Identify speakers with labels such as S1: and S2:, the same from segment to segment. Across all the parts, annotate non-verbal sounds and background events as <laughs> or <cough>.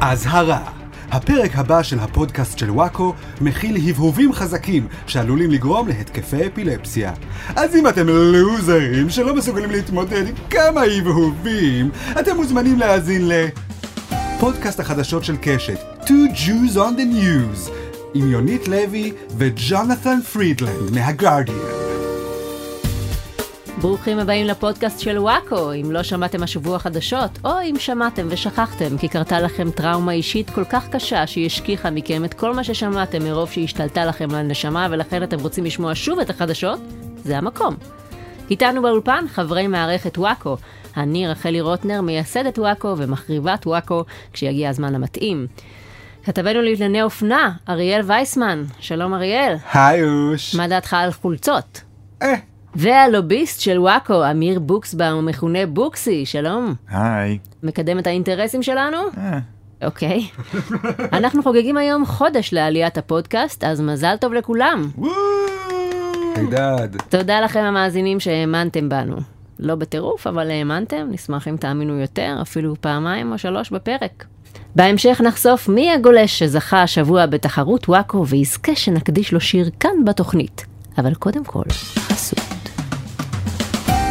S1: אזהרה, הפרק הבא של הפודקאסט של וואקו מכיל הבהובים חזקים שעלולים לגרום להתקפי אפילפסיה. אז אם אתם לוזרים שלא מסוגלים להתמודד עם כמה הבהובים, אתם מוזמנים להאזין ל... פודקאסט החדשות של קשת, Two Jews on the News, עם יונית לוי וג'ונת'ן פרידלנד מהגרדיאן.
S2: ברוכים הבאים לפודקאסט של וואקו, אם לא שמעתם השבוע חדשות, או אם שמעתם ושכחתם כי קרתה לכם טראומה אישית כל כך קשה שהיא השכיחה מכם את כל מה ששמעתם מרוב שהיא השתלטה לכם לנשמה ולכן אתם רוצים לשמוע שוב את החדשות, זה המקום. איתנו באולפן חברי מערכת וואקו. אני רחלי רוטנר, מייסדת וואקו ומחריבת וואקו, כשיגיע הזמן המתאים. כתבנו לענייני אופנה, אריאל וייסמן. שלום אריאל,
S1: היי אוש.
S2: מה דעתך על חולצות?
S1: אה,
S2: והלוביסט של וואקו, אמיר בוקסבאום, מכונה בוקסי, שלום.
S3: היי.
S2: מקדם את האינטרסים שלנו?
S3: אה,
S2: אוקיי. אנחנו חוגגים היום חודש לעליית הפודקאסט, אז מזל טוב לכולם.
S1: הידד.
S2: תודה לכם המאזינים שהאמנתם בנו. לא בטירוף, אבל האמנתם, נשמח אם תאמינו יותר, אפילו פעמיים או שלוש בפרק. בהמשך נחשוף מי הגולש שזכה השבוע בתחרות וואקו ויזכה שנקדיש לו שיר כאן בתוכנית. אבל קודם כל, חסות.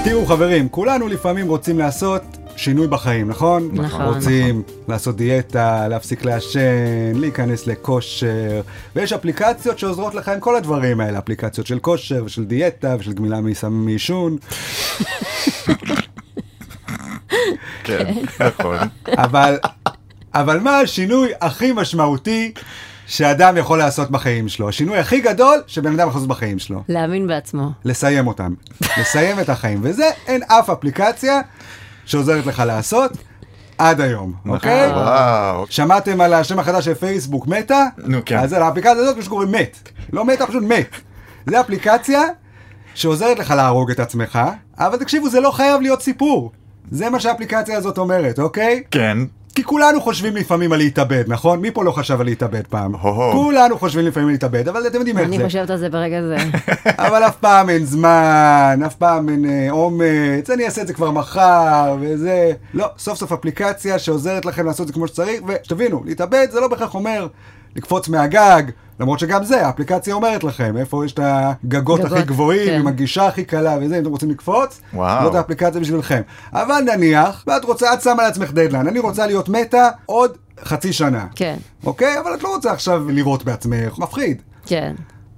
S1: תראו חברים, כולנו לפעמים רוצים לעשות שינוי בחיים, נכון?
S2: נכון.
S1: רוצים לעשות דיאטה, להפסיק לעשן, להיכנס לכושר, ויש אפליקציות שעוזרות לך עם כל הדברים האלה, אפליקציות של כושר ושל דיאטה ושל גמילה מסמים מעישון,
S3: כן, <laughs> נכון.
S1: אבל, אבל מה השינוי הכי משמעותי שאדם יכול לעשות בחיים שלו? השינוי הכי גדול שבן אדם יכול לעשות בחיים שלו.
S2: להאמין בעצמו.
S1: לסיים אותם, <laughs> לסיים את החיים, וזה אין אף אפליקציה שעוזרת לך לעשות עד היום,
S3: נכון.
S1: אוקיי?
S3: וואו.
S1: שמעתם על השם החדש של פייסבוק, מטא?
S3: נו, כן.
S1: אז על האפליקציה הזאת פשוט קוראים מת. לא מטא, פשוט מת. זה אפליקציה שעוזרת לך להרוג את עצמך, אבל תקשיבו, זה לא חייב להיות סיפור. זה מה שהאפליקציה הזאת אומרת, אוקיי?
S3: כן.
S1: כי כולנו חושבים לפעמים על להתאבד, נכון? מי פה לא חשב על להתאבד פעם?
S3: הו-הו.
S1: כולנו חושבים לפעמים על להתאבד, אבל אתם יודעים איך
S2: אני
S1: זה.
S2: חושבת על זה ברגע זה.
S1: אבל אף פעם אין זמן, אף פעם אין אה, אומץ, אני אעשה את זה כבר מחר, וזה... לא, סוף סוף אפליקציה שעוזרת לכם לעשות את זה כמו שצריך, ושתבינו, להתאבד זה לא בהכרח אומר לקפוץ מהגג, למרות שגם זה, האפליקציה אומרת לכם, איפה יש את הגגות
S2: גגות,
S1: הכי גבוהים,
S2: כן.
S1: עם הגישה הכי קלה וזה, אם אתם רוצים לקפוץ,
S3: וואו.
S1: זאת האפליקציה בשבילכם. אבל נניח, ואת רוצה, את שמה לעצמך דדליין, אני רוצה להיות מתה עוד חצי שנה.
S2: כן,
S1: אוקיי? אבל את לא רוצה עכשיו לירות בעצמך, מפחיד.
S2: כן.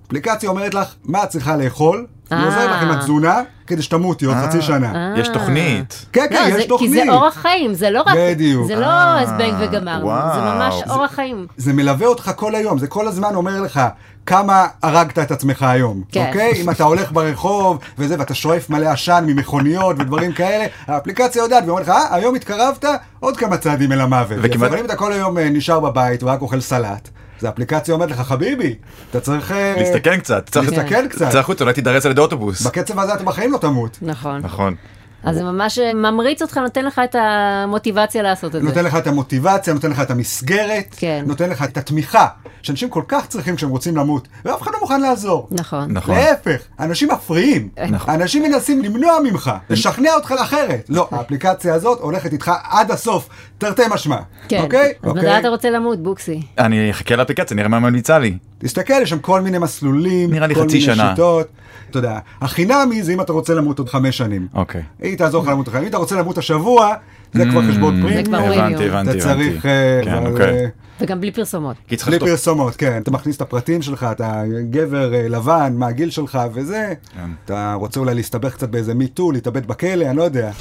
S1: אפליקציה אומרת לך מה את צריכה לאכול, היא
S2: אה.
S1: עוזרת לך עם התזונה, כדי שתמותי עוד חצי שנה.
S2: אה.
S3: יש תוכנית.
S1: כן, כן, יש
S2: לא, זה, כי זה
S1: תוכנית.
S2: אורח חיים, זה לא רק,
S1: בדיוק.
S2: זה לא
S3: אה,
S2: הזבנג וגמרנו, זה
S3: וואו.
S2: ממש
S3: זה-
S2: אורח חיים.
S1: זה מלווה אותך כל היום, זה כל הזמן אומר לך כמה הרגת את עצמך היום,
S2: כן.
S1: אוקיי? אם אתה הולך ברחוב וזה, ואתה שואף מלא עשן ממכוניות ודברים כאלה, האפליקציה יודעת ואומרת לך, אה, היום התקרבת עוד כמה צעדים אל המוות.
S3: וכמעט-
S1: וכמעט... אבל אם אתה כל היום אה, נשאר בבית ורק אוכל סלט, אז האפליקציה אומרת לך, חביבי, אתה צריך... אה,
S3: להסתכן קצת. צריך
S1: להסתכל קצת.
S3: צריך החוצה, אולי תידרס על ידי אוטובוס.
S1: בקצב הזה אתה בחיים לא תמות.
S2: נכון.
S3: נכון.
S2: אז זה ממש אה, ממריץ אותך, נותן לך את המוטיבציה לעשות את זה.
S1: נותן לך את המוטיבציה, נותן לך את המסגרת,
S2: כן.
S1: נותן לך את התמיכה, שאנשים כל כך צריכים כשהם רוצים למות, ואף אחד לא מוכן לעזור.
S2: נכון.
S3: נכון.
S1: להפך, אנשים מפריעים,
S3: נכון.
S1: אנשים מנסים למנוע ממך, לשכנע אותך לאחרת. לא,
S2: נכון.
S1: האפליקציה הזאת הולכת איתך עד הסוף, תרתי משמע.
S2: כן.
S1: אוקיי?
S2: אז מתי אתה רוצה למות, בוקסי?
S3: אני אחכה לאפליקציה, נראה מה ממליצה לי.
S1: תסתכל, יש שם כל מיני מסלולים,
S3: נראה לי
S1: כל
S3: חצי
S1: מיני
S3: שנה.
S1: שיטות. אתה יודע, החינמי זה אם אתה רוצה למות עוד חמש שנים.
S3: אוקיי.
S1: היא תעזור לך למות עוד חמש, אם אתה רוצה למות השבוע, זה כבר חשבון פריט.
S2: זה כבר
S3: Mm. הבנתי,
S2: פרימיום.
S3: הבנתי, הבנתי.
S1: אתה צריך... אה,
S3: כן,
S1: אבל,
S3: אוקיי.
S1: אה,
S2: וגם בלי פרסומות.
S3: כי צריך
S1: בלי
S3: לכתוב-
S1: פרסומות, כן. אתה מכניס את הפרטים שלך, אתה גבר אה, לבן, מה הגיל שלך וזה.
S3: כן.
S1: אתה רוצה אולי להסתבך קצת באיזה מיטו, להתאבד בכלא, אני לא יודע.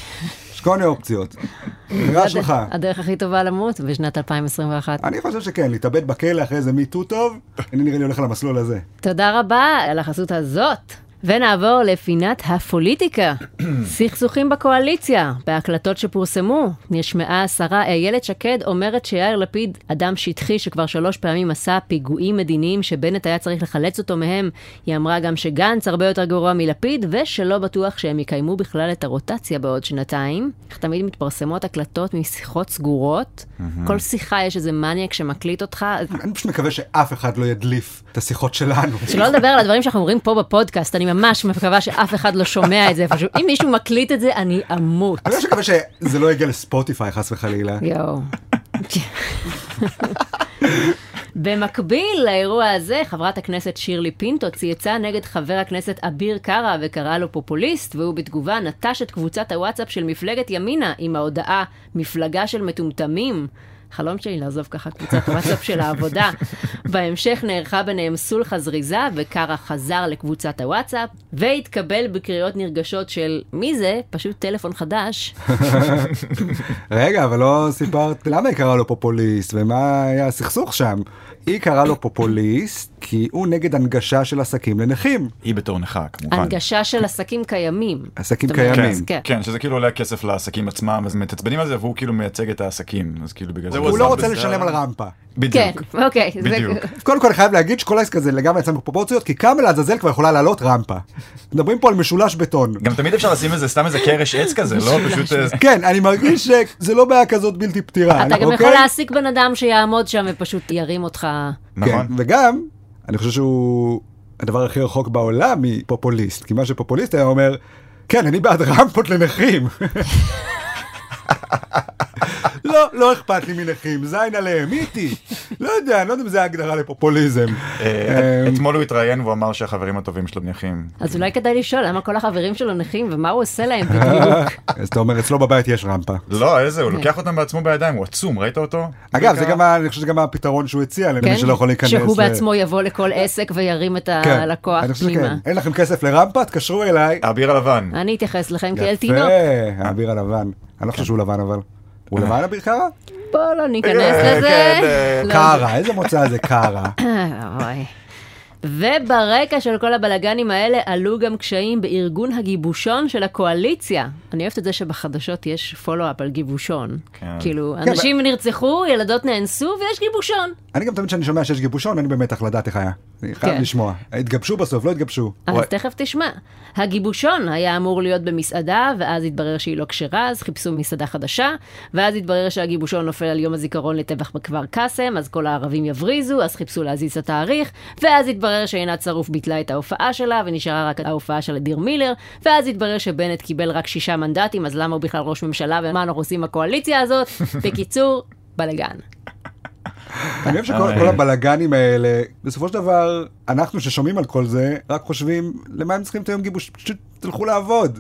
S1: יש כל מיני אופציות. בחירה
S2: זה
S1: שלך.
S2: הדרך- הדרך הכי טובה למות בשנת 2021.
S1: אני חושב שכן, להתאבד בכלא אחרי איזה מיטו טוב, אני נראה לי הולך על המסלול הזה.
S2: תודה רבה על החסות הזאת. ונעבור לפינת הפוליטיקה. סכסוכים בקואליציה. בהקלטות שפורסמו, נשמעה השרה איילת שקד אומרת שיאיר לפיד, אדם שטחי שכבר שלוש פעמים עשה פיגועים מדיניים שבנט היה צריך לחלץ אותו מהם, היא אמרה גם שגנץ הרבה יותר גרוע מלפיד, ושלא בטוח שהם יקיימו בכלל את הרוטציה בעוד שנתיים. איך תמיד מתפרסמות הקלטות משיחות סגורות. כל שיחה יש איזה מניאק שמקליט אותך,
S1: אני פשוט מקווה שאף אחד לא ידליף את השיחות שלנו.
S2: שלא לדבר על הדברים שאנחנו אומרים פה בפודקאסט, אני ממש מקווה שאף אחד לא שומע את זה איפשהו. אם מישהו מקליט את זה, אני אמות.
S1: אני ממש מקווה שזה לא יגיע לספוטיפיי, חס וחלילה.
S2: יואו. במקביל לאירוע הזה, חברת הכנסת שירלי פינטו צייצה נגד חבר הכנסת אביר קארה וקראה לו פופוליסט, והוא בתגובה נטש את קבוצת הוואטסאפ של מפלגת ימינה עם ההודעה "מפלגה של מטומטמים". חלום שלי לעזוב ככה קבוצת וואטסאפ של העבודה. בהמשך נערכה ביניהם סולחה זריזה, וקארה חזר לקבוצת הוואטסאפ, והתקבל בקריאות נרגשות של "מי זה? פשוט טלפון חדש".
S1: רגע, אבל לא סיפרת למה היא קראה לו פופוליסט ומה היה הסכסוך שם. היא קראה לו פופוליסט כי הוא נגד הנגשה של עסקים לנכים.
S3: היא בתור נכה, כמובן.
S2: הנגשה של עסקים קיימים.
S1: עסקים
S2: זאת אומרת,
S1: קיימים.
S2: כן.
S3: כן, שזה כאילו עולה כסף לעסקים עצמם, אז מתעצבנים על זה, והוא כאילו מייצג את העסקים, אז כאילו בגלל זה
S1: הוא
S3: עזב
S1: לא רוצה
S3: בזה.
S1: לשלם על רמפה.
S2: כן,
S3: בדיוק.
S2: אוקיי. זה-
S3: בדיוק.
S1: קודם כל אני חייב להגיד שכל העסק הזה לגמרי יצא מפרופורציות כי כמה לעזאזל כבר יכולה לעלות רמפה. מדברים פה על משולש בטון.
S3: גם תמיד אפשר לשים איזה, סתם איזה קרש עץ כזה,
S1: <laughs>
S3: לא? פשוט... אה,
S1: כן, אני מרגיש שזה לא בעיה כזאת בלתי פתירה.
S2: אתה גם
S1: אוקיי?
S2: יכול להעסיק בן אדם שיעמוד שם ופשוט ירים אותך.
S3: נכון.
S1: כן, וגם, אני חושב שהוא הדבר הכי רחוק בעולם מפופוליסט, כי מה שפופוליסט היה אומר, כן, אני בעד רמפות לנכים. <laughs> לא, לא אכפת לי מנכים, זין עליהם, איתי. לא יודע, אני לא יודע אם זה ההגדרה לפופוליזם. אמ,
S3: אה, אתמול הוא התראיין והוא אמר שהחברים הטובים שלו נכים.
S2: אז אולי כדאי לשאול למה כל החברים שלו נכים ומה הוא עושה להם בדיוק.
S1: <laughs> אז אתה אומר, אצלו בבית יש רמפה.
S3: לא, איזה,
S2: כן.
S3: הוא לוקח אותם בעצמו בידיים, הוא עצום, ראית אותו?
S1: אגב, זה גם, ה- אני חושב שזה גם הפתרון שהוא הציע למי שלא יכול להיכנס.
S2: כן? שהוא
S1: ל-
S2: בעצמו יבוא לכל עסק וירים את
S1: כן,
S2: הלקוח
S1: אני חושב
S2: פנימה.
S1: שכן. אין לכם כסף לרמפה? תקשרו אליי.
S3: האביר הלבן.
S2: אני אתייחס לכם כאל
S1: יפה,
S2: אוקיי, תינוק.
S1: האביר הלבן. אני לא חושב שהוא לבן אבל. הוא לבן אביר קארה?
S2: בוא לא ניכנס
S3: אה,
S2: לזה.
S3: כן, אה,
S2: לא.
S1: קארה, איזה מוצא זה קארה?
S2: אוי. וברקע של כל הבלגנים האלה עלו גם קשיים בארגון הגיבושון של הקואליציה. אני אוהבת את זה שבחדשות יש פולו-אפ על גיבושון.
S3: כן.
S2: כאילו,
S1: כן,
S2: אנשים נרצחו, ילדות נאנסו ויש גיבושון.
S1: <laughs> אני גם תמיד כשאני שומע שיש גיבושון, אין לי במתח לדעת איך היה. אני חייב
S2: כן.
S1: לשמוע. התגבשו בסוף, לא התגבשו.
S2: אז
S3: וואי.
S2: תכף תשמע. הגיבושון היה אמור להיות במסעדה, ואז התברר שהיא לא כשרה, אז חיפשו מסעדה חדשה, ואז התברר שהגיבושון נופל על יום הזיכרון לטבח בכפר קאסם, אז כל הערבים יבריזו, אז חיפשו להזיז את התאריך, ואז התברר שעינת שרוף ביטלה את ההופעה שלה, ונשארה רק ההופעה של אדיר מילר, ואז התברר שבנט קיבל רק שישה מנדטים, אז למה הוא בכלל ראש ממשלה, ומה אנחנו עושים עם הקואליציה
S3: <laughs>
S2: הזאת? בקיצור, בלאגן.
S1: אני אוהב שכל
S3: אה.
S1: כל הבלגנים האלה, בסופו של דבר, אנחנו ששומעים על כל זה, רק חושבים, למה הם צריכים את היום גיבוש? פשוט תלכו לעבוד.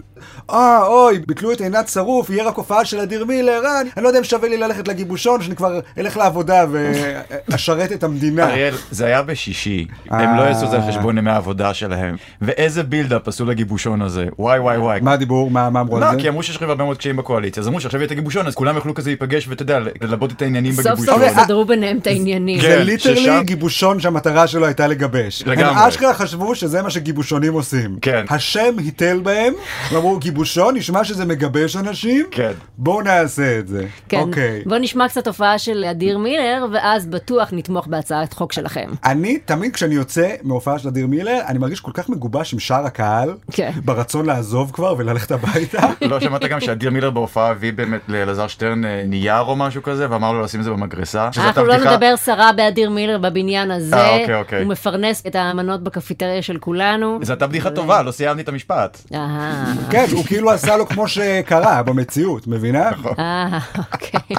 S1: אה, אוי, ביטלו את עינת שרוף, יהיה רק הופעה של אדיר מילר, אה, אני- אני לא יודע אם שווה לי ללכת לגיבושון, שאני כבר אלך לעבודה <laughs> ואשרת את המדינה.
S2: אה.
S3: אריאל, זה היה בשישי, הם
S1: אה.
S3: לא יעשו את זה על חשבון ימי העבודה שלהם. ואיזה בילדאפ עשו לגיבושון הזה, וואי וואי וואי.
S1: מה הדיבור? מה מה אמרו על זה?
S3: לא, כי אמרו שיש הרבה מאוד קשיים בקואליציה, אז אמרו שעכשיו יהיה את הגיבושון, אז כולם יוכלו כזה להיפגש ואתה יודע, ללבות את העניינים
S2: סוף
S3: בגיבושון.
S2: סוף יסדרו ביניהם את העניינים.
S3: אוקיי, אה,
S1: זה
S3: כן.
S1: ליטרלי
S3: ששם-
S1: גיבושון שהמטרה שלו הייתה לגבש.
S3: לגמרי.
S1: הם אשכרה חשבו שזה מה שגיבושונים עושים.
S3: כן.
S1: השם היטל בהם, ואמרו גיבושון, נשמע שזה מגבש אנשים,
S3: כן.
S1: בואו נעשה את זה.
S2: כן,
S1: אוקיי.
S2: בוא נשמע קצת הופעה של אדיר מילר, ואז בטוח נתמוך בהצעת חוק שלכם.
S1: אני תמיד כשאני יוצא מהופעה של אדיר מילר, אני מרגיש כל כך מגובש עם שאר הקהל,
S2: כן.
S1: ברצון לעזוב כבר וללכת הביתה. <laughs>
S3: <laughs> לא, שמעת גם שאדיר מילר בהופעה הביא באמת לאלעזר שטרן אה, נייר או משהו כזה, ואמר לו לשים את זה במגרסה. שזאת
S2: אנחנו לא
S3: הבדיחה-
S2: נדבר סרה באדיר מילר בבניין הזה,
S3: אה, אוקיי, אוקיי.
S2: הוא מפרנס את האמנות בקפיטריה של כולנו.
S3: זו הייתה בדיחה טובה, לא סיימתי את המשפט.
S2: אהה,
S1: כן, הוא כאילו עשה לו כמו שקרה במציאות, מבינה?
S3: נכון.
S2: אה, אוקיי,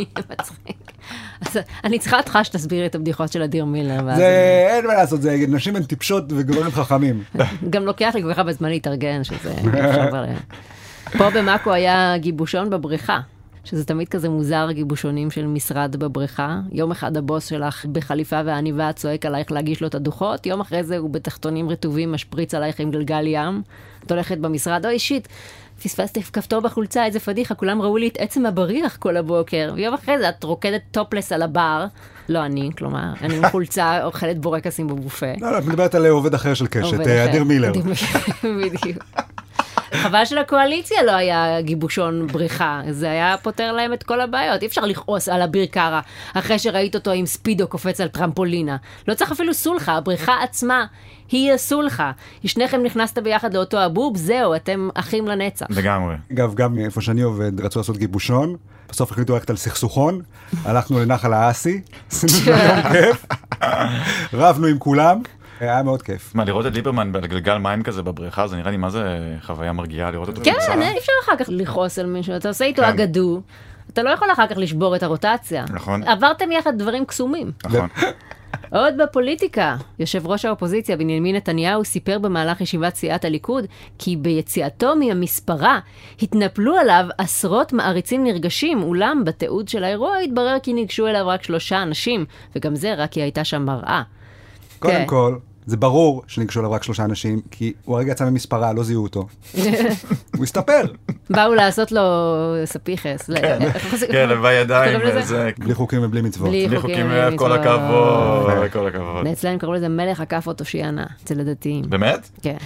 S2: <laughs> מצחיק. אז אני צריכה אותך שתסביר את הבדיחות של אדיר מילר, ואז
S1: זה אין מה לעשות, זה נשים הן טיפשות וגברים חכמים.
S2: גם לוקח לי כל כך הרבה זמן להתארגן, שזה עכשיו עליהם. פה במאקו היה גיבושון בבריכה, שזה תמיד כזה מוזר, גיבושונים של משרד בבריכה. יום אחד הבוס שלך בחליפה ועניבה צועק עלייך להגיש לו את הדוחות, יום אחרי זה הוא בתחתונים רטובים משפריץ עלייך עם גלגל ים. את הולכת במשרד, אוי שיט. פספסתי כפתור בחולצה, איזה פדיחה, כולם ראו לי את עצם הבריח כל הבוקר. ויום אחרי זה את רוקדת טופלס על הבר. לא אני, כלומר, אני עם חולצה, אוכלת בורקסים בבופה.
S1: לא, לא, את מדברת על עובד אחר של קשת,
S2: עובד
S1: אה,
S2: אחר.
S1: אדיר מילר. <laughs>
S2: אדיר מילר, בדיוק. חבל שלקואליציה לא היה גיבושון בריחה, זה היה פותר להם את כל הבעיות. אי אפשר לכעוס על אביר קארה אחרי שראית אותו עם ספידו קופץ על טרמפולינה. לא צריך אפילו סולחה, הבריכה עצמה היא הסולחה. שניכם נכנסתם ביחד לאותו הבוב, זהו, אתם אחים לנצח.
S3: לגמרי.
S1: אגב, גם איפה שאני עובד, רצו לעשות גיבושון, בסוף החליטו ללכת על סכסוכון, <laughs> הלכנו לנחל האסי, עשינו שם יום כיף, רבנו עם כולם, היה מאוד כיף.
S3: מה, לראות את ליברמן על גלגל מים כזה בבריכה, זה נראה לי מה זה חוויה מרגיעה לראות אותו.
S2: כן, <laughs>
S3: כתוצאה.
S2: אי אפשר אחר כך לכעוס על מישהו, אתה עושה איתו
S3: כן.
S2: אגדו, אתה לא יכול אחר כך לשבור את הרוטציה.
S3: נכון.
S2: עברתם יחד דברים קסומים.
S3: נכון.
S2: עוד בפוליטיקה, יושב ראש האופוזיציה בנימין נתניהו סיפר במהלך ישיבת סיעת הליכוד כי ביציאתו מהמספרה התנפלו עליו עשרות מעריצים נרגשים, אולם בתיעוד של האירוע התברר כי ניגשו אליו רק שלושה אנשים, וגם זה רק כי הייתה שם מראה.
S1: קודם
S2: כן.
S1: כל, זה ברור שניגשו אליו רק שלושה אנשים, כי הוא הרגע יצא ממספרה, לא זיהו
S2: <laughs>
S1: אותו. הוא הסתפר,
S2: באו לעשות לו ספיחס. ל- איך זה-
S3: כן, בידיים,
S2: קוראים לזה?
S3: זה...
S1: בלי חוקים ובלי מצוות.
S2: בלי-
S3: בלי
S2: חוקים,
S3: חוקים, אה,
S2: בלי
S3: כל
S2: מצוות.
S3: הכבוד, כל הכבוד.
S2: אצלם קראו לזה מלך עקף אותו שיענה, אצל הדתיים.
S3: באמת?
S2: כן.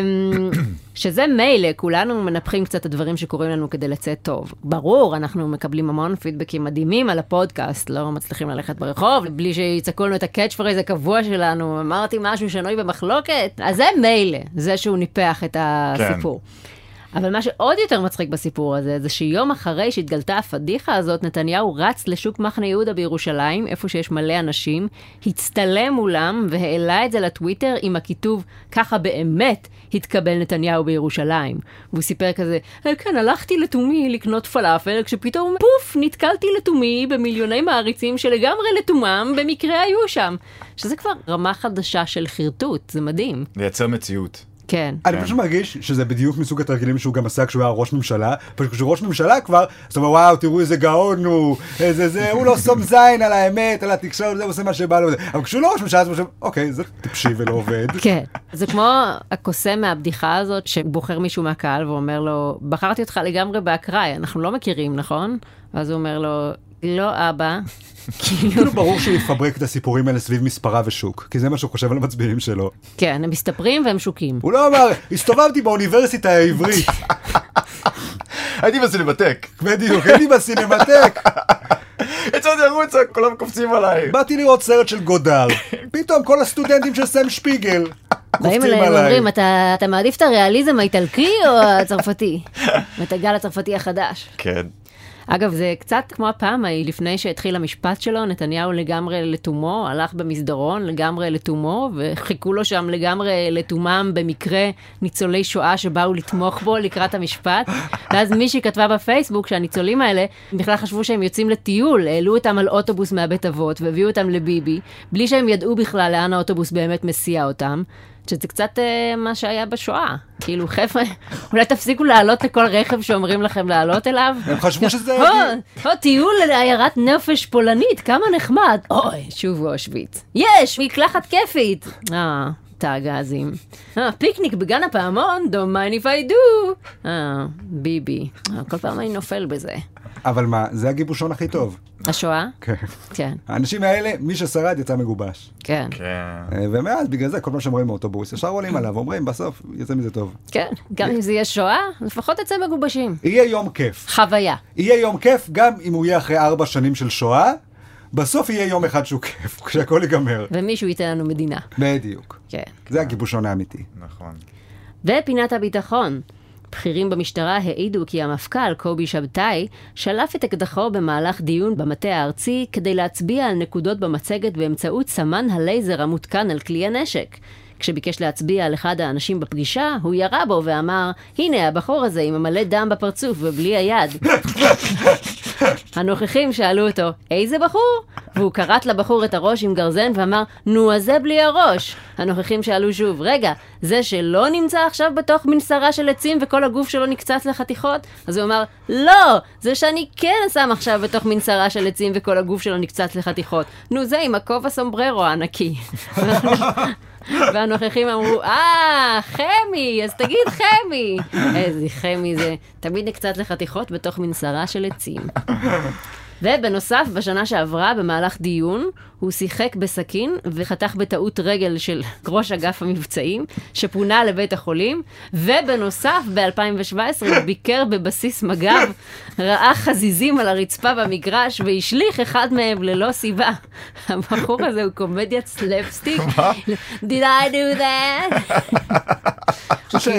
S2: אמ, שזה מילא, כולנו מנפחים קצת את הדברים שקורים לנו כדי לצאת טוב. ברור, אנחנו מקבלים המון פידבקים מדהימים על הפודקאסט, לא מצליחים ללכת ברחוב, בלי שיצעקו לנו את הקאץ' פרייז הקבוע שלנו, אמרתי משהו שנוי במחלוקת. אז זה מילא, זה שהוא ניפח את הסיפור. אבל מה שעוד יותר מצחיק בסיפור הזה, זה שיום אחרי שהתגלתה הפדיחה הזאת, נתניהו רץ לשוק מחנה יהודה בירושלים, איפה שיש מלא אנשים, הצטלם מולם והעלה את זה לטוויטר עם הכיתוב "ככה באמת התקבל נתניהו בירושלים". והוא סיפר כזה, "אה, כן, הלכתי לתומי לקנות פלאפל, כשפתאום פוף, נתקלתי לתומי במיליוני מעריצים שלגמרי לתומם במקרה היו שם. שזה כבר רמה חדשה של חרטוט, זה מדהים.
S3: לייצר מציאות.
S2: כן.
S1: אני פשוט מרגיש שזה בדיוק מסוג התרגילים שהוא גם עשה כשהוא היה ראש ממשלה, פשוט כשהוא ראש ממשלה כבר, אז אתה אומר וואו תראו איזה גאון הוא, איזה זה, הוא לא שם זין על האמת, על התקשורת, זה הוא עושה מה שבא לו, אבל כשהוא לא ראש ממשלה אז הוא חושב, אוקיי, זה טיפשי ולא עובד.
S2: <laughs> כן. זה כמו הקוסם מהבדיחה הזאת, שבוחר מישהו מהקהל ואומר לו, בחרתי אותך לגמרי באקראי, אנחנו לא מכירים, נכון? ואז הוא אומר לו, לא אבא. כאילו,
S1: כאילו ברור שהוא יפברק את הסיפורים האלה סביב מספרה ושוק, כי זה מה שהוא חושב על המצביעים שלו.
S2: כן, הם מסתפרים והם שוקים.
S1: הוא לא אמר, הסתובבתי באוניברסיטה
S2: <laughs>
S1: העברית,
S3: הייתי בסינמטק.
S1: בדיוק, הייתי בסינמטק,
S3: יצאתי החוצה, כולם קופצים עליי.
S1: באתי לראות סרט של גודר, פתאום כל הסטודנטים של סם שפיגל
S2: באים
S1: קופצים
S2: אליהם
S1: עליי.
S2: ואומרים, "אתה- אתה מעדיף את הריאליזם האיטלקי או הצרפתי? <laughs> את הגל הצרפתי החדש.
S3: כן.
S2: אגב, זה קצת כמו הפעם ההיא, לפני שהתחיל המשפט שלו, נתניהו לגמרי לתומו, הלך במסדרון לגמרי לתומו, וחיכו לו שם לגמרי לתומם במקרה ניצולי שואה שבאו לתמוך בו לקראת המשפט. ואז מישהי כתבה בפייסבוק שהניצולים האלה בכלל חשבו שהם יוצאים לטיול, העלו אותם על אוטובוס מהבית אבות והביאו אותם לביבי, בלי שהם ידעו בכלל לאן האוטובוס באמת מסיע אותם. שזה קצת אה, מה שהיה בשואה, כאילו חבר'ה, אולי תפסיקו לעלות לכל רכב שאומרים לכם לעלות אליו.
S1: הם חשבו שזה...
S2: או, או אה, טיול לעיירת נפש פולנית, כמה נחמד. אוי, שוב אושוויץ. יש, מקלחת כיפית. אה, תאגזים. אה, פיקניק בגן הפעמון, Don't mind if I do. אה, ביבי. אה, כל פעם אני נופל בזה.
S1: אבל מה, זה הגיבושון הכי טוב.
S2: השואה?
S1: כן.
S2: כן,
S1: האנשים האלה, מי ששרד יצא מגובש.
S2: כן,
S3: כן.
S1: אה, ומאז, בגלל זה, כל פעם שהם רואים אוטובוס, ישר עולים עליו, אומרים, בסוף, יצא מזה טוב.
S2: כן. גם אם זה יהיה שואה, לפחות תצא מגובשים.
S1: יהיה יום כיף.
S2: חוויה.
S1: יהיה יום כיף גם אם הוא יהיה אחרי ארבע שנים של שואה, בסוף יהיה יום אחד שהוא כיף, <laughs> כשהכול ייגמר.
S2: ומישהו ייתן לנו מדינה.
S1: בדיוק.
S2: כן.
S1: זה הגיבושון האמיתי.
S3: נכון.
S2: ופינת הביטחון. בכירים במשטרה העידו כי המפכ"ל קובי שבתאי שלף את אקדחו במהלך דיון במטה הארצי כדי להצביע על נקודות במצגת באמצעות סמן הלייזר המותקן על כלי הנשק. כשביקש להצביע על אחד האנשים בפגישה, הוא ירה בו ואמר, הנה הבחור הזה עם המלא דם בפרצוף ובלי היד. הנוכחים שאלו אותו, איזה בחור? והוא כרת לבחור את הראש עם גרזן ואמר, נו, אז זה בלי הראש. הנוכחים שאלו שוב, רגע, זה שלא נמצא עכשיו בתוך מנסרה של עצים וכל הגוף שלו נקצץ לחתיכות? אז הוא אמר, לא, זה שאני כן שם עכשיו בתוך מנסרה של עצים וכל הגוף שלו נקצץ לחתיכות. נו, זה עם הכובע סומבררו הענקי. <laughs> והנוכחים אמרו, אה, חמי, אז תגיד חמי. איזה חמי זה, תמיד נקצת לחתיכות בתוך מנסרה של עצים. ובנוסף, בשנה שעברה, במהלך דיון, הוא שיחק בסכין וחתך בטעות רגל של <laughs> ראש אגף המבצעים, שפונה לבית החולים, ובנוסף, ב-2017 הוא ביקר בבסיס מג"ב, ראה חזיזים על הרצפה במגרש, והשליך אחד מהם ללא סיבה. <laughs> הבחור הזה הוא קומדיית סלפסטיק. Did I do that?
S1: אני חושב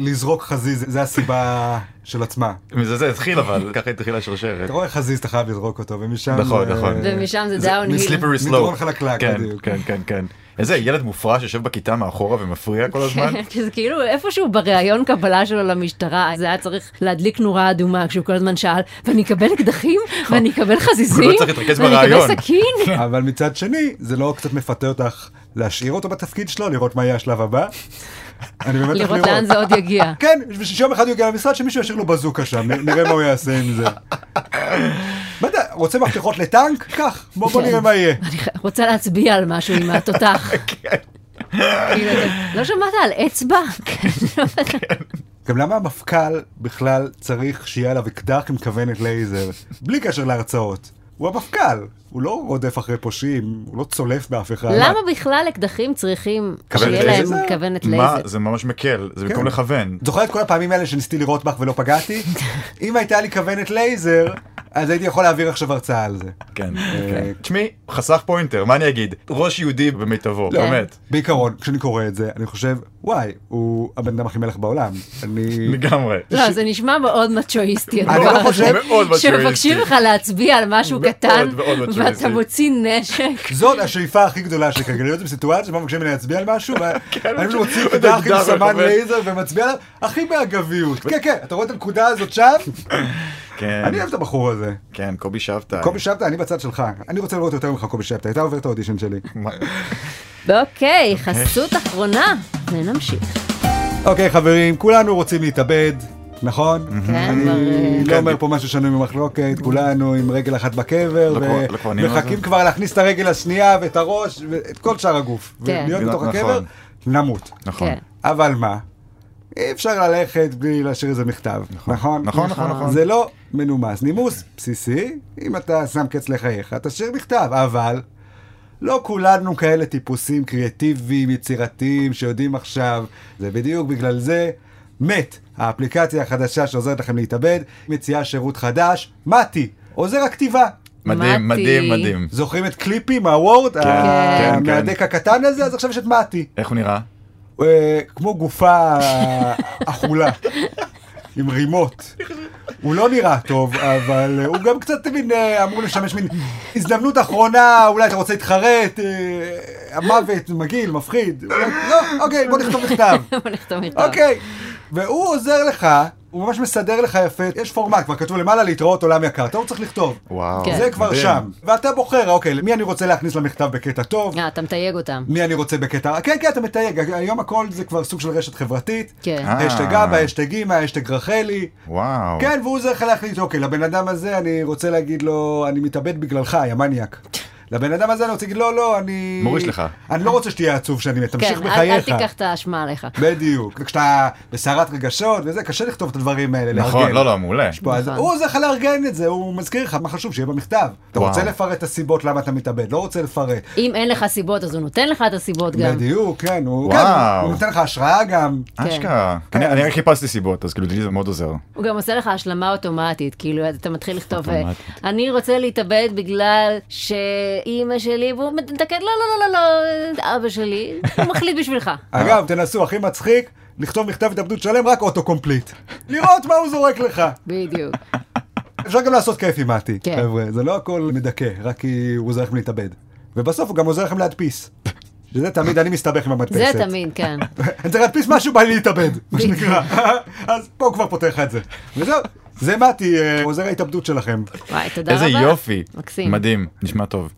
S1: שלזרוק חזיז זה הסיבה של עצמה.
S3: מזה זה התחיל אבל, <laughs> ככה התחילה השרשרת.
S1: אתה רואה חזיז, אתה חייב לזרוק אותו, ומשם...
S3: נכון,
S1: אה,
S3: נכון.
S2: ומשם זה
S1: זה-
S2: דאון
S3: מסליפרי סלופ.
S1: מדרון חלקלק,
S3: כן,
S1: בדיוק.
S3: כן, כן, כן. איזה ילד מופרע שיושב בכיתה מאחורה ומפריע כל הזמן.
S2: <laughs> שזה כאילו איפשהו בריאיון קבלה שלו למשטרה, זה היה צריך להדליק נורה אדומה כשהוא כל הזמן שאל, ואני אקבל אקדחים? ואני אקבל חזיזים?
S3: לא צריך להתרכז לא
S2: ואני
S3: ברעיון."
S2: אקבל סכין?
S1: אבל מצד שני, זה לא קצת מפתה אותך להשאיר אותו בתפקיד שלו, לראות מה יהיה השלב הבא? אני באמת הולך
S2: לראות לאן זה עוד
S3: <laughs>
S2: יגיע.
S1: כן, שיום אחד הוא יגיע למשרד, שמישהו ישאיר לו בזוקה שם, נ- נראה מה הוא יעשה עם זה. מה אתה, רוצה מפתחות לטנק? קח, בוא
S2: כן.
S1: בוא נראה מה יהיה.
S2: אני ח- רוצה להצביע על משהו עם
S3: <laughs>
S2: התותח.
S3: כן.
S2: כאילו, אתה- לא שמעת על
S3: <laughs>
S2: אצבע?
S3: כן.
S2: <laughs> לא
S1: גם למה המפכ"ל בכלל צריך שיהיה עליו אקדח עם כוונת לייזר? בלי קשר להרצאות. הוא המפכ"ל, הוא לא רודף אחרי פושעים, הוא לא צולף באף אחד.
S2: למה בכלל אקדחים צריכים
S1: כוונת
S2: שיהיה להם
S1: לייזר?
S2: כוונת
S3: מה?
S2: לייזר?
S3: זה ממש מקל, זה במקום
S1: כן.
S3: לכוון.
S1: זוכר את כל הפעמים האלה שניסיתי לראות בך ולא פגעתי? אם הייתה לי כוונת לייזר, אז הייתי יכול להעביר עכשיו הרצאה על זה.
S3: כן. כן. תשמעי, חסך פוינטר, מה אני אגיד? ראש יהודי במיטבו,
S2: לא.
S3: באמת.
S1: בעיקרון, כשאני קורא את זה, אני חושב, וואי, הוא הבן אדם הכי מלך בעולם. אני...
S3: לגמרי.
S2: לא, זה נשמע מאוד מצ'ואיסטי
S1: אני
S2: הדבר
S1: לא חושב-
S2: הזה,
S3: מאוד מצ'ואיסטי.
S2: שמבקשים לך להצביע על משהו
S3: מאוד,
S2: קטן,
S3: מאוד
S2: ואתה
S3: מצ'ואיסטי.
S2: מוציא נשק.
S1: זאת השאיפה הכי גדולה שלי כרגע, להיות בסיטואציה שבה מבקשים ממני להצביע על משהו,
S3: <laughs> כן,
S1: ואני פשוט מוציא
S3: הוא
S1: נקודה הכי
S3: נגדם
S1: סמן
S3: וחובט.
S1: לייזר ומצביע עליו, הכי באגביות. כן, כן, אתה רואה את הנקודה הזאת שם?
S3: <laughs> כן,
S1: אני אוהב את הבחור הזה.
S3: כן, קובי שבתאי.
S1: קובי שבתא, אני בצד שלך. אני רוצה לראות יותר ממך קובי שבתא, הייתה עוברת האודישן שלי.
S2: אוקיי, חסות אחרונה, ונמשיך.
S1: אוקיי, חברים, כולנו רוצים להתאבד, נכון?
S2: כן, כבר... אה,
S1: אני לא אומר פה משהו שנוי במחלוקת, כולנו עם רגל אחת בקבר,
S3: לכו- לא לכוהנים
S1: ומחכים
S3: הזה?
S1: כבר להכניס את הרגל השנייה ואת הראש ואת כל שאר הגוף.
S2: כן.
S1: ולהיות בתוך
S3: נכון.
S1: הקבר, נמות.
S3: נכון.
S2: כן. <laughs>
S1: אבל מה? אי אפשר ללכת בלי להשאיר איזה מכתב, נכון?
S3: נכון, נכון, נכון.
S1: זה לא מנומס. נימוס בסיסי, אם אתה שם קץ לחייך, תשאיר מכתב, אבל לא כולנו כאלה טיפוסים קריאטיביים, יצירתיים, שיודעים עכשיו, זה בדיוק בגלל זה. מת, האפליקציה החדשה שעוזרת לכם להתאבד, מציעה שירות חדש, מתי, עוזר הכתיבה.
S3: מדהים,
S2: מתי.
S3: מדהים, מדהים.
S1: זוכרים את קליפי מהוורד?
S3: Mm. כן,
S1: המהדק
S3: כן.
S1: הקטן הזה? אז עכשיו יש את מתי.
S3: איך הוא נראה?
S1: אה, כמו גופה <laughs> אכולה, עם רימות. הוא לא נראה טוב, אבל אה, הוא גם קצת מין אה, אמור לשמש מין הזדמנות אחרונה, אולי אתה רוצה להתחרט, אה, המוות מגעיל, מפחיד. אולי- לא, אוקיי, בוא נכתוב מכתב.
S2: בוא נכתוב מכתב.
S1: אוקיי. והוא עוזר לך, הוא ממש מסדר לך יפה, יש פורמט, כבר כתוב למעלה להתראות עולם יקר, אתה לא צריך לכתוב.
S3: וואו.
S2: כן.
S1: זה כבר
S3: מדהים.
S1: שם. ואתה בוחר, אוקיי, מי אני רוצה להכניס למכתב בקטע טוב,
S2: אה, אתה מתייג אותם.
S1: מי אני רוצה בקטע... כן, כן, אתה מתייג, היום הכל זה כבר סוג של רשת חברתית.
S2: כן.
S3: אה.
S1: אשתג אבא, אשתג אימא, אשתג רחלי.
S3: וואו.
S1: כן, והוא עוזר לך להחליט, אוקיי, לבן אדם הזה אני רוצה להגיד לו, אני מתאבד בגללך, יא מניאק. לבן אדם הזה אני רוצה להגיד, לא, לא, אני...
S3: מוריש לך.
S1: אני לא רוצה שתהיה עצוב שאני מת, תמשיך
S2: כן, אל אל
S1: בחייך.
S2: תיקח את האשמה עליך.
S1: בדיוק. וכשאתה בסערת רגשות וזה, קשה לכתוב את הדברים האלה, לארגן.
S3: נכון, לא, לא, מעולה.
S1: יש פה, אז
S2: נכון.
S1: הוא עוזר לך לארגן את זה, הוא מזכיר לך מה חשוב שיהיה במכתב. אתה
S3: וואו.
S1: רוצה לפרט את הסיבות למה אתה מתאבד, לא רוצה לפרט.
S2: אם אין לך סיבות, אז הוא נותן לך את הסיבות גם.
S1: בדיוק, כן, הוא
S3: וואו.
S1: כן, הוא- הוא נותן לך השראה גם.
S3: אשכרה.
S2: כן.
S1: כן.
S3: אני אני רק חיפשתי סיבות, אז כאילו לי זה מאוד עוזר.
S2: הוא גם עושה לך השלמה אוטומטית, כאילו אתה מתחיל לכתוב,
S3: אוטומטית.
S2: אני רוצה להתאבד בגלל שאימא שלי, והוא מתקן, לא, לא, לא, לא, לא, אבא שלי, הוא מחליט בשבילך.
S1: אגב, תנסו, הכי מצחיק, לכתוב מכתב התאבדות שלם, רק אוטו
S2: <laughs>
S1: קומפליט. לראות מה הוא זורק לך.
S2: בדיוק.
S1: אפשר גם לעשות כיף עם מתי,
S2: כן.
S1: חבר'ה, זה לא הכל מדכא, רק כי הוא עוזר לכם להתאבד. ובסוף הוא גם עוזר לכם להדפיס. שזה תמיד, אני מסתבך עם המדפסת.
S2: זה
S1: <laughs>
S2: תמיד, כן.
S1: אני צריך להדפיס משהו, בא לי להתאבד, מה שנקרא. <laughs> אז פה הוא כבר פותר לך את זה. וזהו, זה מתי, אה, עוזר ההתאבדות שלכם.
S2: וואי, תודה רבה.
S3: איזה יופי.
S2: מקסים.
S3: מדהים, נשמע טוב.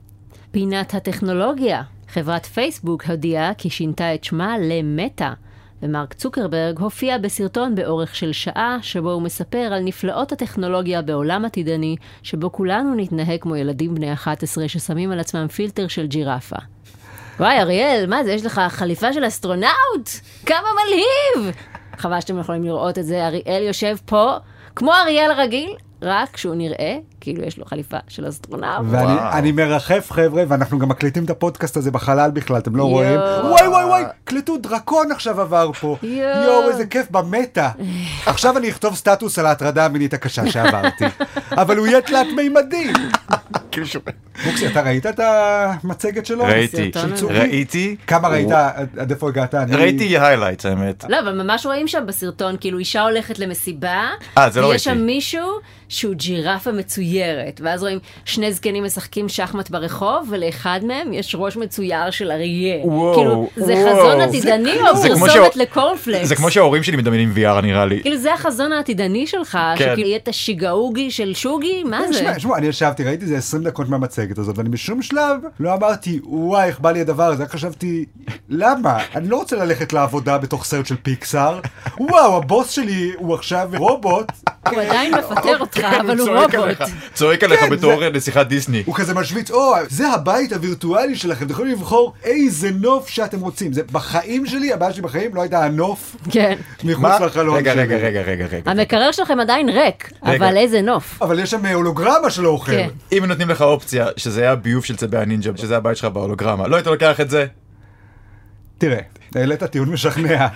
S2: פינת הטכנולוגיה. חברת פייסבוק הודיעה כי שינתה את שמה למטא, ומרק צוקרברג הופיע בסרטון באורך של שעה, שבו הוא מספר על נפלאות הטכנולוגיה בעולם עתידני, שבו כולנו נתנהג כמו ילדים בני 11 ששמים על עצמם פילטר של ג'ירפה. וואי, אריאל, מה זה, יש לך חליפה של אסטרונאוט? כמה מלהיב! חבל שאתם לא יכולים לראות את זה, אריאל יושב פה, כמו אריאל רגיל, רק שהוא נראה כאילו יש לו חליפה של אסטרונאוט.
S1: ואני
S3: וואו.
S1: אני מרחף חבר'ה ואנחנו גם מקליטים את הפודקאסט הזה בחלל בכלל אתם לא
S2: יואו.
S1: רואים וואי וואי וואי קלטו דרקון עכשיו עבר פה
S2: יואו.
S1: יואו איזה כיף במטה עכשיו
S2: <laughs>
S1: אני אכתוב סטטוס על ההטרדה המינית הקשה שעברתי אבל הוא יהיה תלת מימדי
S3: כאילו שומע.
S1: בוקסי, אתה ראית את המצגת שלו?
S3: ראיתי,
S2: הסרטון לא, הזה.
S3: ראיתי.
S1: כמה
S3: הוא-
S1: ראית? עד עד איפה הגעת? אני-
S3: ראיתי highlights האמת.
S2: לא, אבל ממש רואים שם בסרטון, כאילו אישה הולכת למסיבה,
S3: אה, זה לא
S2: ויש
S3: ראיתי.
S2: שם מישהו שהוא ג'ירפה מצוירת, ואז רואים שני זקנים משחקים שחמט ברחוב, ולאחד מהם יש ראש מצויר של אריה.
S3: וואו,
S2: כאילו, זה
S3: וואו.
S2: חזון
S3: זה
S2: עתידני
S3: כמו-
S2: או
S3: זה כמו
S2: פרסומת
S3: שה-
S2: לקורנפלקס.
S3: זה כמו שההורים שלי מדמיינים VR נראה לי.
S2: כאילו זה החזון העתידני שלך,
S3: כן.
S2: שכאילו יהיה את השיגאוגי של שוגי, מה
S1: כן,
S2: זה?
S1: שמע, שמע, אני ישבתי, ראיתי איזה 20 דקות מהמצגת הזאת, ואני בשום שלב לא אמרתי, וואי, איך בא לי הדבר הזה, רק חשבתי, למה? אני לא רוצה ללכת לעבודה בתוך סרט של פיקסאר, וואו, הבוס שלי הוא עכשיו רובוט,
S2: הוא
S3: <laughs>
S2: עדיין מפטר אותך, כן, אבל הוא
S3: כן. צועק
S2: רובוט.
S3: עליך, צועק עליך
S1: כן,
S3: בתור נסיכת דיסני.
S1: הוא כזה משוויץ, או, זה הבית הווירטואלי שלכם, אתם יכולים לבחור איזה נוף שאתם רוצים. זה בחיים שלי, הבעיה שלי בחיים לא הייתה הנוף
S2: כן.
S1: מחוץ לחלון
S3: רגע,
S1: שלי.
S3: רגע, רגע, רגע, רגע.
S2: המקרר שלכם עדיין ריק,
S3: רגע.
S2: אבל איזה נוף.
S1: אבל יש שם הולוגרמה של האוכל.
S2: כן.
S3: אם נותנים לך אופציה שזה היה ביוב של צבי הנינג'ה, שזה הבית שלך בהולוגרמה, לא היית לוקח את זה?
S1: תראה, העלית טיעון משכנע.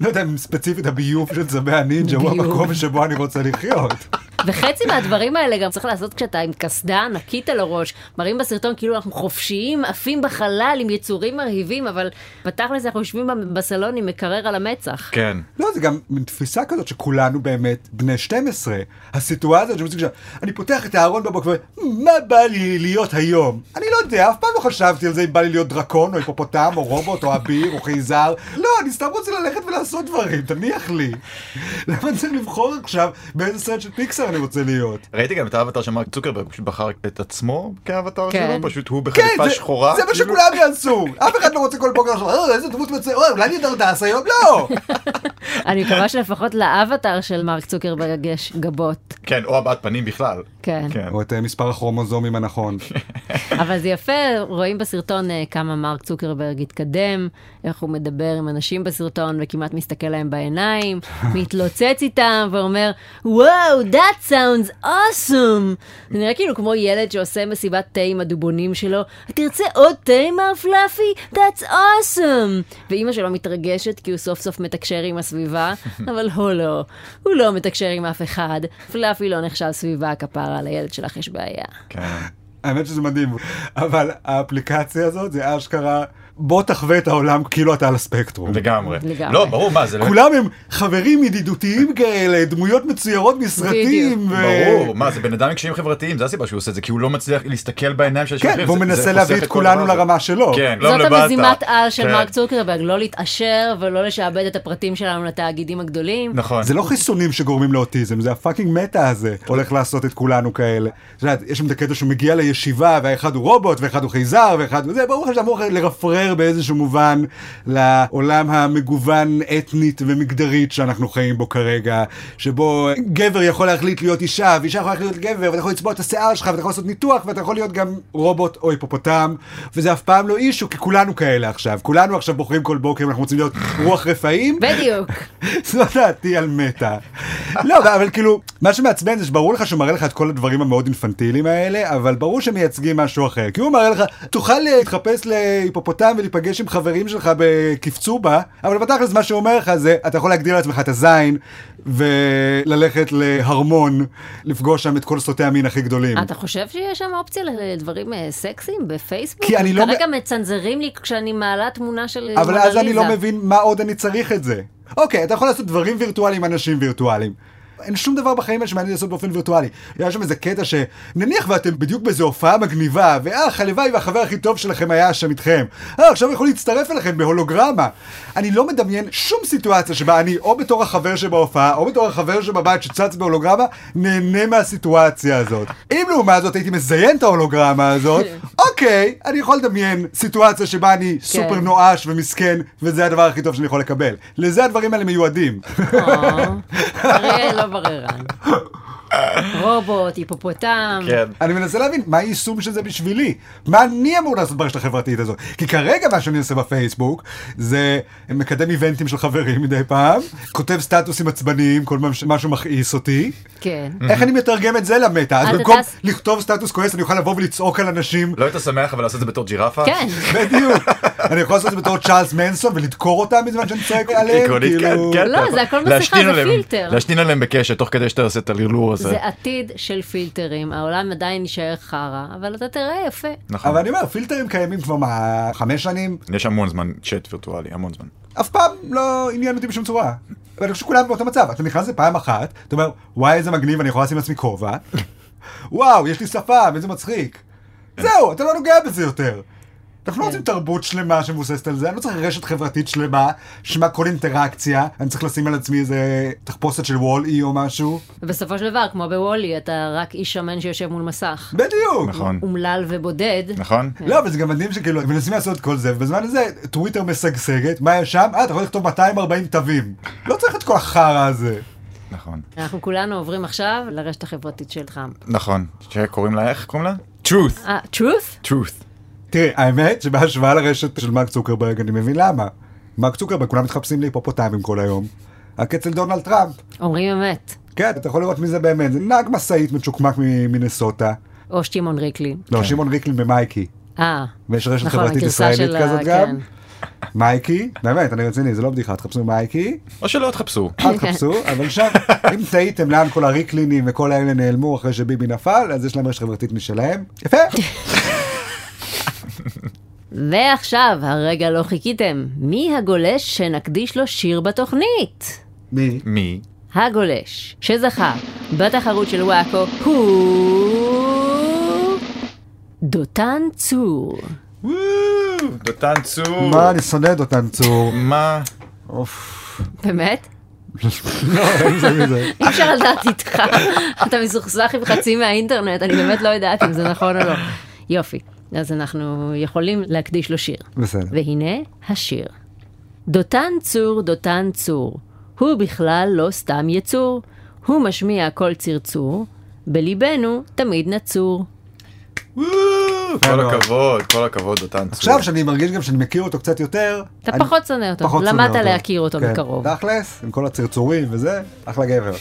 S1: לא יודע אם ספציפית הביוב של צבי הנינג'ה הוא
S2: ביוב.
S1: המקום שבו אני רוצה לחיות.
S2: וחצי מהדברים האלה גם צריך לעשות כשאתה עם קסדה ענקית על הראש. מראים בסרטון כאילו אנחנו חופשיים, עפים בחלל עם יצורים מרהיבים, אבל בתכלס אנחנו יושבים ב- בסלון עם מקרר על המצח.
S3: כן.
S1: לא, זה גם מין תפיסה כזאת שכולנו באמת בני 12. הסיטואציה שמציג שם, אני פותח את הארון בבוקר, מה בא לי להיות היום? אני לא יודע, אף פעם לא חשבתי על זה אם בא לי להיות דרקון, או היפופוטם, או רובוט, או אביר, או חייזר. לא, אני סתם רוצה ללכת ולעשות דברים, תניח לי. למה אני צריך לבחור עכשיו באיזה סרט של פיקסר אני רוצה להיות?
S3: ראיתי גם את האבטר של מרק צוקרברג, הוא פשוט בחר את עצמו כאבטר
S2: כן.
S3: שלו, פשוט הוא
S1: כן,
S3: בחליפה
S1: זה-
S3: שחורה.
S1: זה מה
S3: כאילו.
S1: שכולם יעשו. אף אחד לא רוצה כל בוקר לחשוב, "אה, איזה דמות מצוין, אוי, אולי אני דרדס היום? לא!
S2: אני מקווה שלפחות לאבטר של מרק צוקרברג יש גבות.
S3: כן, או הבעת פנים בכלל.
S2: כן.
S3: כן.
S1: <laughs> או את אה, מספר הכרומוזומים הנכון. <laughs>
S2: אבל זה יפה, רואים בסרטון אה, כמה מרק צוקרברג התקדם, איך הוא מדבר עם אנשים בסרטון וכמעט מסתכל להם בעיניים, מתלוצץ איתם ואומר, וואו, that sounds awesome. זה נראה כאילו כמו ילד שעושה מסיבת תה עם הדובונים שלו, תרצה עוד תה, מר פלאפי? that's awesome. ואימא שלו מתרגשת כי הוא סוף סוף מתקשר עם הסביבה, אבל הוא לא, הוא לא מתקשר עם אף אחד, פלאפי לא נחשב סביבה כפרה, לילד שלך יש בעיה.
S3: כן.
S1: האמת שזה מדהים, אבל האפליקציה הזאת זה אשכרה, בוא תחווה את העולם כאילו אתה על הספקטרום.
S3: לגמרי.
S2: לגמרי.
S3: לא, ברור, מה, זה לא...
S1: כולם הם חברים ידידותיים כאלה, דמויות מצוירות מסרטים. ו- אה,
S3: ברור, מה, זה בן אדם עם קשיים חברתיים, זה הסיבה שהוא עושה את זה, כי הוא לא מצליח להסתכל בעיניים של אנשים
S1: כן,
S3: אחרים,
S1: והוא
S3: זה- זה
S1: מנסה
S3: חוסך
S1: להביא את
S3: כל
S1: כולנו
S3: הדבר הזה.
S1: לרמה שלו.
S3: כן, לא
S2: זאת
S3: לבטה.
S2: המזימת על של
S3: כן.
S2: מרק צוקרברג, לא להתעשר ולא לשעבד את הפרטים שלנו לתאגידים הגדולים.
S3: נכון.
S1: זה לא חיסונים שגורמים לאוטיזם, זה הפאקינג מטה הזה הולך לעשות את כולנו כאלה. את יודעת, יש שם את הקטע שהוא מגיע לישיבה, והאחד הוא רובוט, ואחד הוא חייזר, ואחד הוא זה, ברור לך שאתה אמור לרפרר באיזשהו מובן לעולם המגוון אתנית ומגדרית שאנחנו חיים בו כרגע, שבו גבר יכול להחליט להיות אישה, ואישה יכולה להחליט להיות גבר, ואתה יכול לצבוע את השיער שלך, ואתה יכול לעשות ניתוח, ואתה יכול להיות גם רובוט או היפופוטם, וזה אף פעם לא אישו, כי כולנו כאלה עכשיו. כולנו עכשיו בוחרים כל בוקר אם אנחנו רוצים להיות רוח רפאים, <laughs>
S2: בדיוק.
S1: זו דעתי על מטא. לא, אבל כאילו, מה שמעצבן זה שברור לך שהוא מראה לך את כל הדברים המאוד אינפנטיליים האלה, אבל ברור שמייצגים משהו אחר. כי הוא מראה לך, תוכל אה, להתחפש להיפופוטם ולהיפגש עם חברים שלך בקפצובה, אבל בתכלס מה שהוא אומר לך זה, אתה יכול להגדיר לעצמך את הזין, וללכת להרמון, לפגוש שם את כל סוטי המין הכי גדולים.
S2: אתה חושב שיש שם אופציה לדברים אה, סקסיים בפייסבוק?
S1: כי אני לא מ-
S2: כרגע מצנזרים לי כשאני מעלה תמונה של
S1: אבל
S2: מונליזה. נכון?
S1: אז אני לא מבין מה עוד אני צריך את זה. אוקיי, אתה יכול לעשות דברים וירטואליים עם אנשים וירטואליים. אין שום דבר בחיים האלה שמעניין לעשות באופן וירטואלי. היה שם איזה קטע שנניח ואתם בדיוק באיזו הופעה מגניבה, ואך, הלוואי והחבר הכי טוב שלכם היה שם איתכם. אה, עכשיו הוא יכול להצטרף אליכם בהולוגרמה. אני לא מדמיין שום סיטואציה שבה אני, או בתור החבר שבהופעה, או בתור החבר שבבית שצץ בהולוגרמה, נהנה מהסיטואציה הזאת. אם לעומת זאת הייתי מזיין את ההולוגרמה הזאת, אוקיי, אני יכול לדמיין סיטואציה שבה אני סופר נואש ומסכן, וזה הדבר הכי טוב שאני יכול לקבל. לזה הדברים האלה
S3: <laughs>
S1: מיועדים.
S2: או, אריאל לא בררן. רובוט, היפופוטם.
S3: כן.
S1: אני מנסה להבין מה היישום של זה בשבילי. מה אני אמור לעשות ברשת החברתית הזאת? כי כרגע מה שאני עושה בפייסבוק זה מקדם איבנטים של חברים מדי פעם, כותב סטטוסים עצבניים כל פעם שמשהו מכעיס אותי.
S2: כן.
S1: איך אני מתרגם את זה למטה? אז
S2: אתה
S1: במקום
S2: טס-
S1: לכתוב סטטוס כועס אני אוכל לבוא ולצעוק על
S3: <laughs>
S1: אנשים.
S3: לא היית שמח אבל לעשות את זה בתור ג'ירפה?
S1: <laughs>
S2: כן.
S1: בדיוק. אני יכול לעשות את זה בתור צ'ארלס מנסון ולדקור אותם בזמן שאני צועק עליהם.
S3: עקרונית, כן,
S1: כאילו-
S3: כן.
S2: לא,
S3: אתה יכול-
S2: זה הכל מסכה,
S3: להשתין
S2: זה
S3: עליהם-
S2: פילטר.
S3: להשתין עליהם בקשת, תוך כדי שאתה עושה את הלרלור עושה.
S2: זה עתיד של פילטרים, העולם עדיין יישאר חרא, אבל אתה תראה יפה.
S3: נכון.
S1: אבל אני אומר, פילטרים קיימים כבר מה... חמש שנים,
S3: יש המון זמן צ'אט וירטואלי, המון זמן.
S1: אף פעם לא עניין אותי בשום צורה. אבל אני חושב שכולם באותו מצב, אתה נכנס לפעם אחת, אתה אומר, וואי איזה מגניב, אני יכול לשים לעצמי כובע. וואו, יש לי שפם, איזה מצחיק. זהו, אתה לא נוגע בזה יותר. אנחנו לא
S2: כן.
S1: רוצים תרבות שלמה שמבוססת על זה, אני לא צריך רשת חברתית שלמה, שמה כל אינטראקציה, אני צריך לשים על עצמי איזה תחפושת של וול-אי או משהו.
S2: ובסופו של דבר, כמו בוולי, אתה רק איש שמן שיושב מול מסך.
S1: בדיוק.
S3: נכון.
S2: אומלל ובודד.
S3: נכון?
S2: כן.
S1: לא, אבל זה גם מדהים שכאילו, מנסים לעשות את כל זה, ובזמן הזה טוויטר משגשגת, מה יש שם? אה, אתה יכול לכתוב 240 תווים. לא צריך את כל החרא הזה.
S3: נכון.
S2: אנחנו כולנו עוברים עכשיו לרשת החברתית של טראמפ.
S3: נכון. שקוראים לה, איך קוראים לה? truth.
S2: אה, truth?
S3: truth.
S1: תראי, האמת שבהשוואה לרשת של מרק צוקרברג אני מבין למה. מרק צוקרברג, כולם מתחפשים להיפופוטמים כל היום. רק אצל דונלד טראמפ.
S2: אומרים אמת.
S1: כן, אתה יכול לראות מי זה באמת. זה נהג משאית מצ'וקמק ממינסוטה.
S2: או שמעון ריקלין.
S1: לא, שמעון ריקלין במייקי.
S2: אה.
S1: ויש רשת
S2: כן. נכון,
S1: חברתית
S2: הגרסה
S1: ישראלית
S2: של ה-
S1: כזאת גם.
S2: כן.
S1: מייקי, באמת, אני רציני, זה לא בדיחה, תחפשו
S2: <laughs>
S1: מייקי,
S3: או שלא תחפשו.
S1: אל תחפשו, אבל שם, אם תהיתם לאן כל הריקלינים וכל האלה נעלמו אחרי שביבי נפל, אז יש להם רשת חברתית משלהם. יפה.
S2: <laughs> ועכשיו, הרגע לא חיכיתם. מי הגולש שנקדיש לו שיר בתוכנית?
S1: מי?
S3: מי?
S2: הגולש שזכה בתחרות של וואקו הוא דותן צור.
S3: וואו, דותן צור.
S1: מה, אני שונא את אותן צור.
S3: מה?
S1: אוף. <laughs>
S2: באמת?
S1: לא, אין זה מזה.
S2: אי אפשר לדעת איתך. אתה מסוכסך עם חצי מהאינטרנט, אני באמת לא יודעת אם זה נכון או לא. יופי, אז אנחנו יכולים להקדיש לו שיר.
S1: בסדר.
S2: והנה השיר. דותן צור, דותן צור, הוא בכלל לא סתם יצור, הוא משמיע כל צרצור, בליבנו תמיד נצור.
S3: וואו, כל הכבוד, כל הכבוד, דותן צור.
S1: עכשיו שאני מרגיש גם שאני מכיר אותו קצת יותר.
S2: אתה
S1: אני
S2: פחות שונא אותו,
S1: פחות שונא
S2: למדת
S1: אותו.
S2: להכיר אותו
S1: כן.
S2: מקרוב.
S1: תכלס, עם כל הצרצורים וזה, אחלה גבר.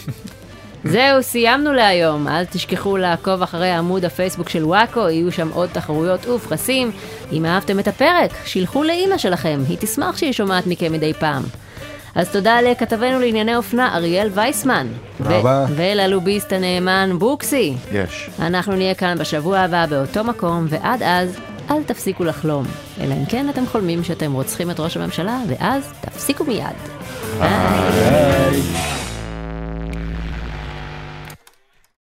S2: זהו, סיימנו להיום. אל תשכחו לעקוב אחרי עמוד הפייסבוק של וואקו, יהיו שם עוד תחרויות ופרסים. אם אהבתם את הפרק, שילחו לאימא שלכם, היא תשמח שהיא שומעת מכם מדי פעם. אז תודה לכתבנו לענייני אופנה אריאל וייסמן.
S1: תודה רבה.
S2: ו- וללוביסט הנאמן בוקסי.
S3: יש.
S2: אנחנו נהיה כאן בשבוע הבא באותו מקום, ועד אז, אל תפסיקו לחלום. אלא אם כן אתם חולמים שאתם רוצחים את ראש הממשלה, ואז תפסיקו מיד. ביי.